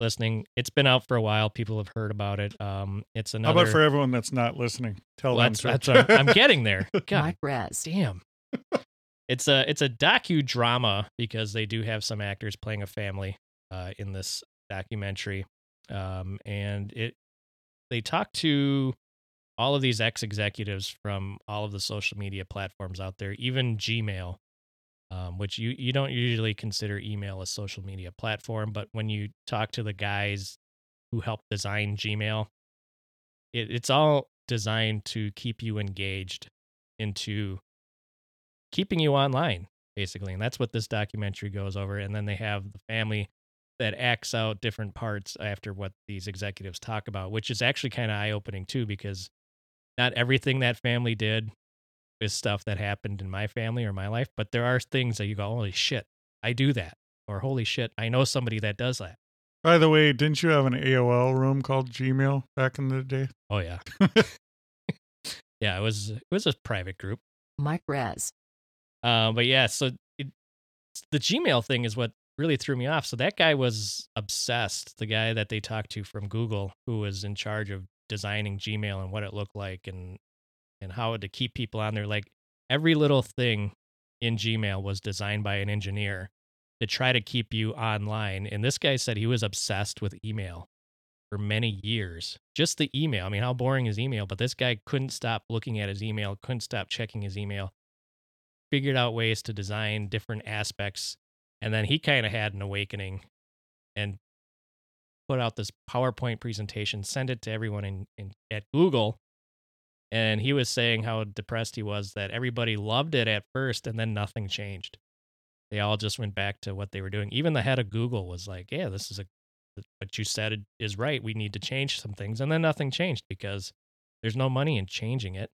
listening. It's been out for a while. People have heard about it. Um, it's another.
How about for everyone that's not listening? Tell
Well,
them.
that's,
to.
that's
[LAUGHS]
I'm, I'm getting there. God
Mike Rez.
damn. It's a it's a docudrama because they do have some actors playing a family uh, in this documentary, um, and it they talk to all of these ex executives from all of the social media platforms out there, even Gmail, um, which you you don't usually consider email a social media platform, but when you talk to the guys who helped design Gmail, it, it's all designed to keep you engaged into keeping you online basically and that's what this documentary goes over and then they have the family that acts out different parts after what these executives talk about which is actually kind of eye-opening too because not everything that family did is stuff that happened in my family or my life but there are things that you go holy shit i do that or holy shit i know somebody that does that
By the way, didn't you have an AOL room called Gmail back in the day?
oh yeah [LAUGHS] yeah it was it was a private group
Mike Rez.
Uh, but yeah, so it, the Gmail thing is what really threw me off. So that guy was obsessed. The guy that they talked to from Google, who was in charge of designing Gmail and what it looked like and and how to keep people on there. Like every little thing in Gmail was designed by an engineer to try to keep you online. And this guy said he was obsessed with email for many years. Just the email. I mean, how boring is email? But this guy couldn't stop looking at his email, couldn't stop checking his email figured out ways to design different aspects and then he kind of had an awakening and put out this powerpoint presentation sent it to everyone in, in at google and he was saying how depressed he was that everybody loved it at first and then nothing changed they all just went back to what they were doing even the head of google was like yeah this is a what you said is right we need to change some things and then nothing changed because there's no money in changing it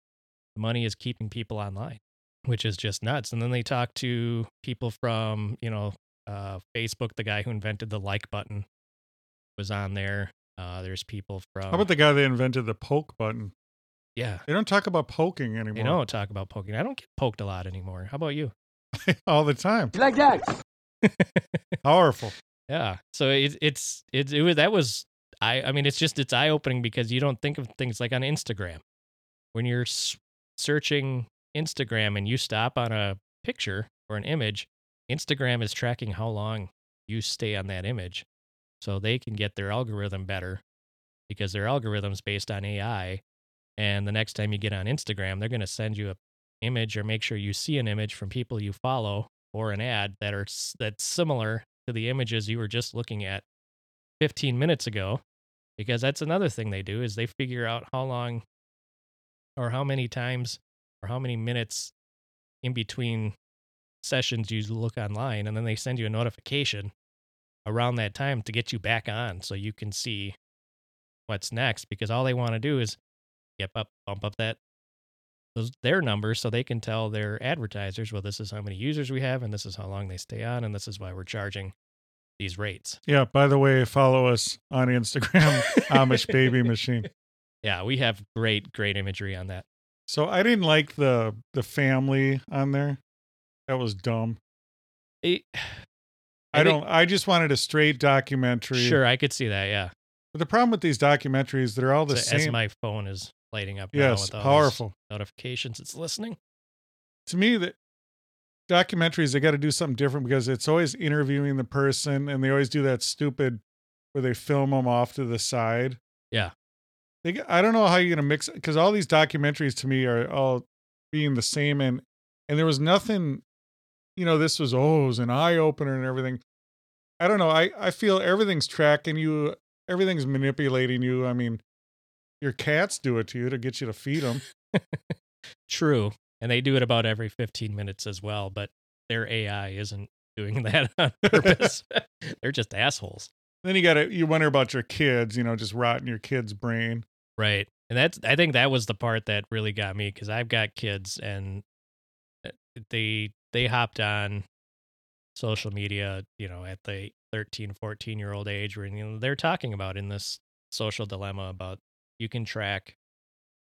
the money is keeping people online which is just nuts. And then they talk to people from, you know, uh, Facebook, the guy who invented the like button was on there. Uh, there's people from,
How about the guy that invented the poke button?
yeah,
They don't talk about poking anymore.
they don't talk about poking. I don't get poked a lot anymore. How about you?
[LAUGHS] all the time.
You like that?
Powerful.
Yeah. So it, it's, it, it was, that was, I, I mean, it's just, it's eye opening because you don't think of things like on Instagram. When you're s- searching Instagram and you stop on a picture or an image, Instagram is tracking how long you stay on that image. So they can get their algorithm better because their algorithm's based on AI. And the next time you get on Instagram, they're going to send you a image or make sure you see an image from people you follow or an ad that are s- that's similar to the images you were just looking at 15 minutes ago because that's another thing they do is they figure out how long or how many times or how many minutes in between sessions you look online and then they send you a notification around that time to get you back on so you can see what's next because all they want to do is yep up bump up that those their numbers so they can tell their advertisers well this is how many users we have and this is how long they stay on and this is why we're charging these rates
Yeah. By the way, follow us on
[LAUGHS]
Instagram, Amish Baby Machine.
yeah we have great great imagery on that
So I didn't like the the family on there. That was dumb.
It-
I,
think-
don't. I just wanted a straight documentary.
sure i could see that yeah
But the problem with these documentaries, they're all the
So as
same.
my phone is lighting up now
yes,
with all these
powerful.
notifications it's listening
to me that documentaries they got to do something different because it's always interviewing the person and they always do that stupid where they film them off to the side
Yeah.
they g- i don't know how you're gonna mix because all these documentaries to me are all being the same and and there was nothing you know this was oh it was an eye-opener and everything i don't know i i feel everything's tracking you everything's manipulating you i mean your cats do it to you to get you to feed them
true and they do it about every 15 minutes as well but their ai isn't doing [LAUGHS] that
[LAUGHS]
on purpose. They're just assholes.
Then you got to you wonder about your kids, you know, just rotting your kid's brain.
Right. And that's I think that was the part that really got me cuz I've got kids and eh, they they hopped on social media, you know, at the 13, 14 year old age where you know, they're talking about in this social dilemma about you can track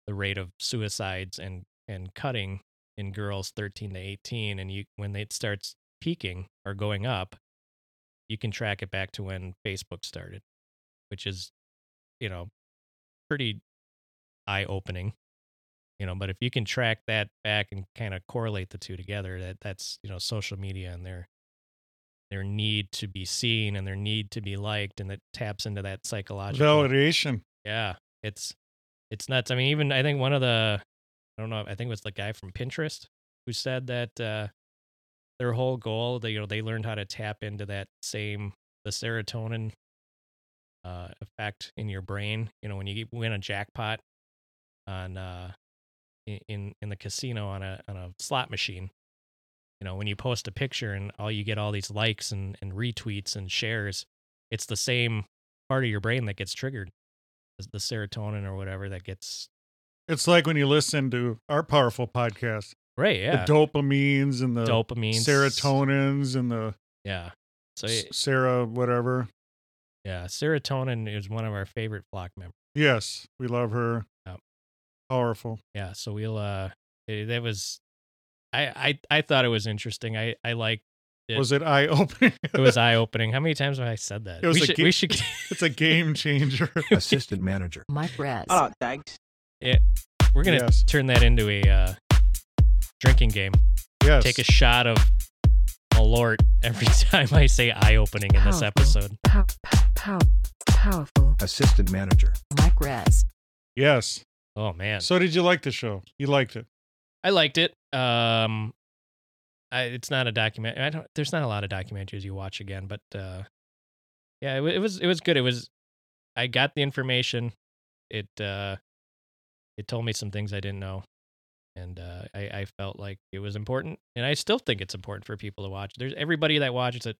the rate of suicides and and cutting in girls 13 to 18 and you when it starts peaking or going up, you can track it back to when Facebook started, which is, you know, pretty eye opening. You know, but if you can track that back and kind of correlate the two together, that that's you know social media and their their need to be seen and their need to be liked, and it taps into that psychological.
Validation.
Yeah, it's it's nuts. I mean, even I think one of the I don't know, I think it was the guy from Pinterest who said that uh, their whole goal they you know they learned how to tap into that same the serotonin uh, effect in your brain you know when you get- win a jackpot on uh in- in in the casino on a on a slot machine you know when you post a picture and all you get all these likes and and retweets and shares it's the same part of your brain that gets triggered as the serotonin or whatever that gets
It's like when you listen to our powerful podcast,
right yeah
the dopamines and the
dopamine
serotonins and the
yeah so
s-
it-
Sarah whatever.
yeah serotonin is one of our favorite flock members
Yes, we love her.
Yep.
Powerful.
yeah so we'll uh eh, that was i i i thought it was interesting i i like Yeah.
Was it eye opening?
it
[LAUGHS]
was eye-opening how many times have i said that
It was
we,
a
should,
ga-
we should [LAUGHS]
it's a game changer. [LAUGHS]
Assistant manager.
Mike Res.
Ah.
Alright, thanks.
we're gonna
Yes.
turn that into a uh drinking game
Yes.
take a shot of alert every [LAUGHS] time i say eye-opening in this
Powerful.
episode
Pow, pow, pow, powerful.
Assistant manager.
Mike Res.
yes.
oh man
So did you like the show? You liked it.
i liked it um I, it's not a document i don't there's not a lot of documentaries you watch again but uh yeah it, wa- it was it was good it was i got the information it uh it told me some things i didn't know and uh i i felt like it was important and i still think it's important for people to watch there's everybody that watches it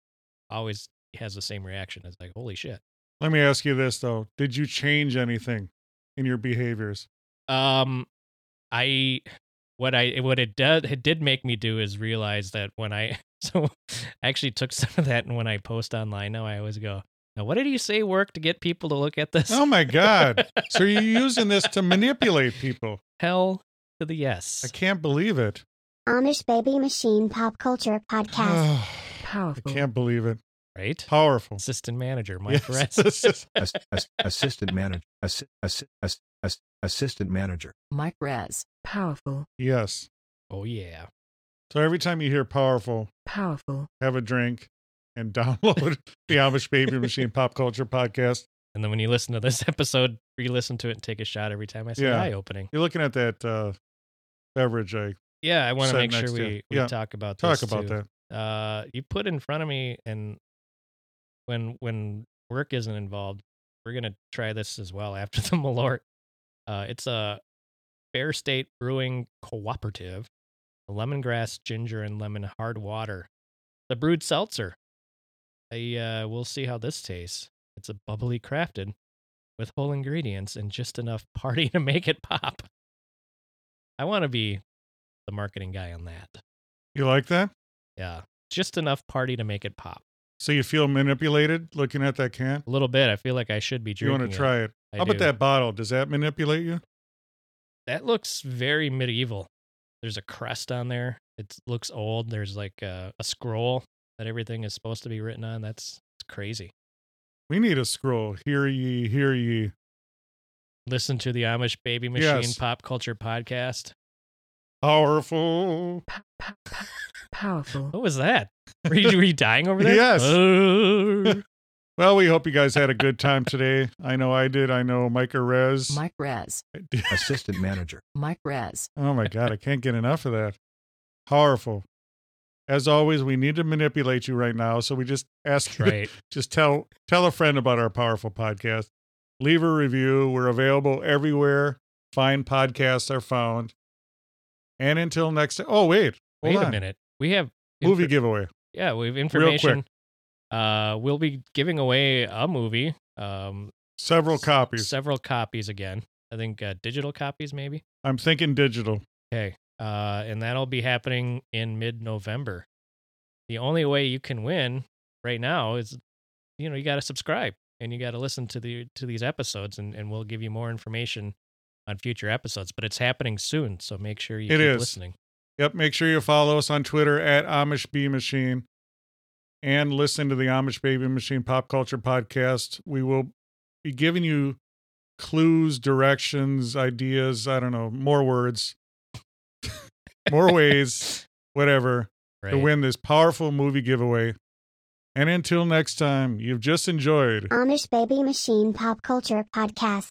always has the same reaction it's like holy shit
Let me ask you this though. Did you change anything in your
[LAUGHS]
behaviors?
Um, I what I what it did it did make me do is realize that when I [LAUGHS] so I actually took some of that and when I post online now I always go now what did you say worked to get people to look at this
Oh my god. so you're using this to manipulate people.
hell to the
I
yes
can't believe it.
Amish Baby Machine Pop Culture
[SIGHS]
Podcast.
I
Powerful.
can't believe it.
right
Powerful.
assistant manager Mike
Yes. [LAUGHS]
Perez.
Ass- ass- assistant manager. Assi- assi- ass- ass- assistant manager.
Mike Res. Powerful.
yes.
[LAUGHS] oh yeah
So every time you hear powerful,
Powerful.
have a drink and [LAUGHS] download the Amish Baby Machine Pop Culture Podcast.
and then when you listen to this [LAUGHS] episode re-listen to it and take a shot every time I say
Yeah.
eye opening
You're looking at that uh, beverage I
yeah I want to
Said
make sure
next, yeah.
we, we
Yeah.
talk about
talk
this
about
too.
that.
uh you put in front of me and when when work isn't involved we're gonna try this as well after [LAUGHS] the malort uh it's a fair state brewing cooperative lemongrass ginger and lemon hard water the brewed seltzer i uh we'll see how this tastes it's a bubbly crafted with whole ingredients and just enough [LAUGHS] party to make it pop i want to be the marketing guy on that
You like that?
yeah. Just enough party to make it pop.
So you feel manipulated looking at that can?
A little bit. I feel like I should be
You
drinking.
want to try it?
I
How about
do.
that bottle? Does that manipulate you?
That looks very medieval. There's a crest on there. It looks old. There's like a, a scroll that everything is supposed to be written on. That's it's crazy.
We need a scroll. Hear ye, hear ye.
Listen to the Amish Baby Machine
Yes.
Pop Culture Podcast.
Powerful.
Pow, pow, pow, powerful.
What was that?
[LAUGHS]
Were you, were you dying over there?
Yes. [LAUGHS]
Oh.
Well, we hope you guys had a good time today. I know I did. I know Mike Rez.
Mike Res.
Assistant manager.
Mike Res.
[LAUGHS] Oh my God, I can't get enough of that. Powerful. As always, we need to manipulate you right now. So we just ask you to
right.
[LAUGHS] just tell tell a friend about our powerful podcast leave a review we're available everywhere fine podcasts are found and until next oh wait hold
Wait
on
a minute. We have
movie
infor-
giveaway
yeah, we have information. Uh, we'll be giving away a movie. Um,
Several copies.
several copies again. I think uh, digital copies, maybe.
I'm thinking digital.
Okay. Uh, and that'll be happening in mid November. The only way you can win right now is, you know, you got to subscribe and you got to listen to the to these episodes, and, and we'll give you more information on future episodes. But it's happening soon, so make sure you
It
keep
is.
listening.
Yep. Make sure you follow us on Twitter at Amish Bee Machine and listen to the Amish Baby Machine Pop Culture Podcast. We will be giving you clues, directions, ideas, I don't know, more words, more ways, whatever,
Right?
to win this powerful movie giveaway. And until next time, you've just enjoyed.
Amish Baby Machine Pop Culture Podcast.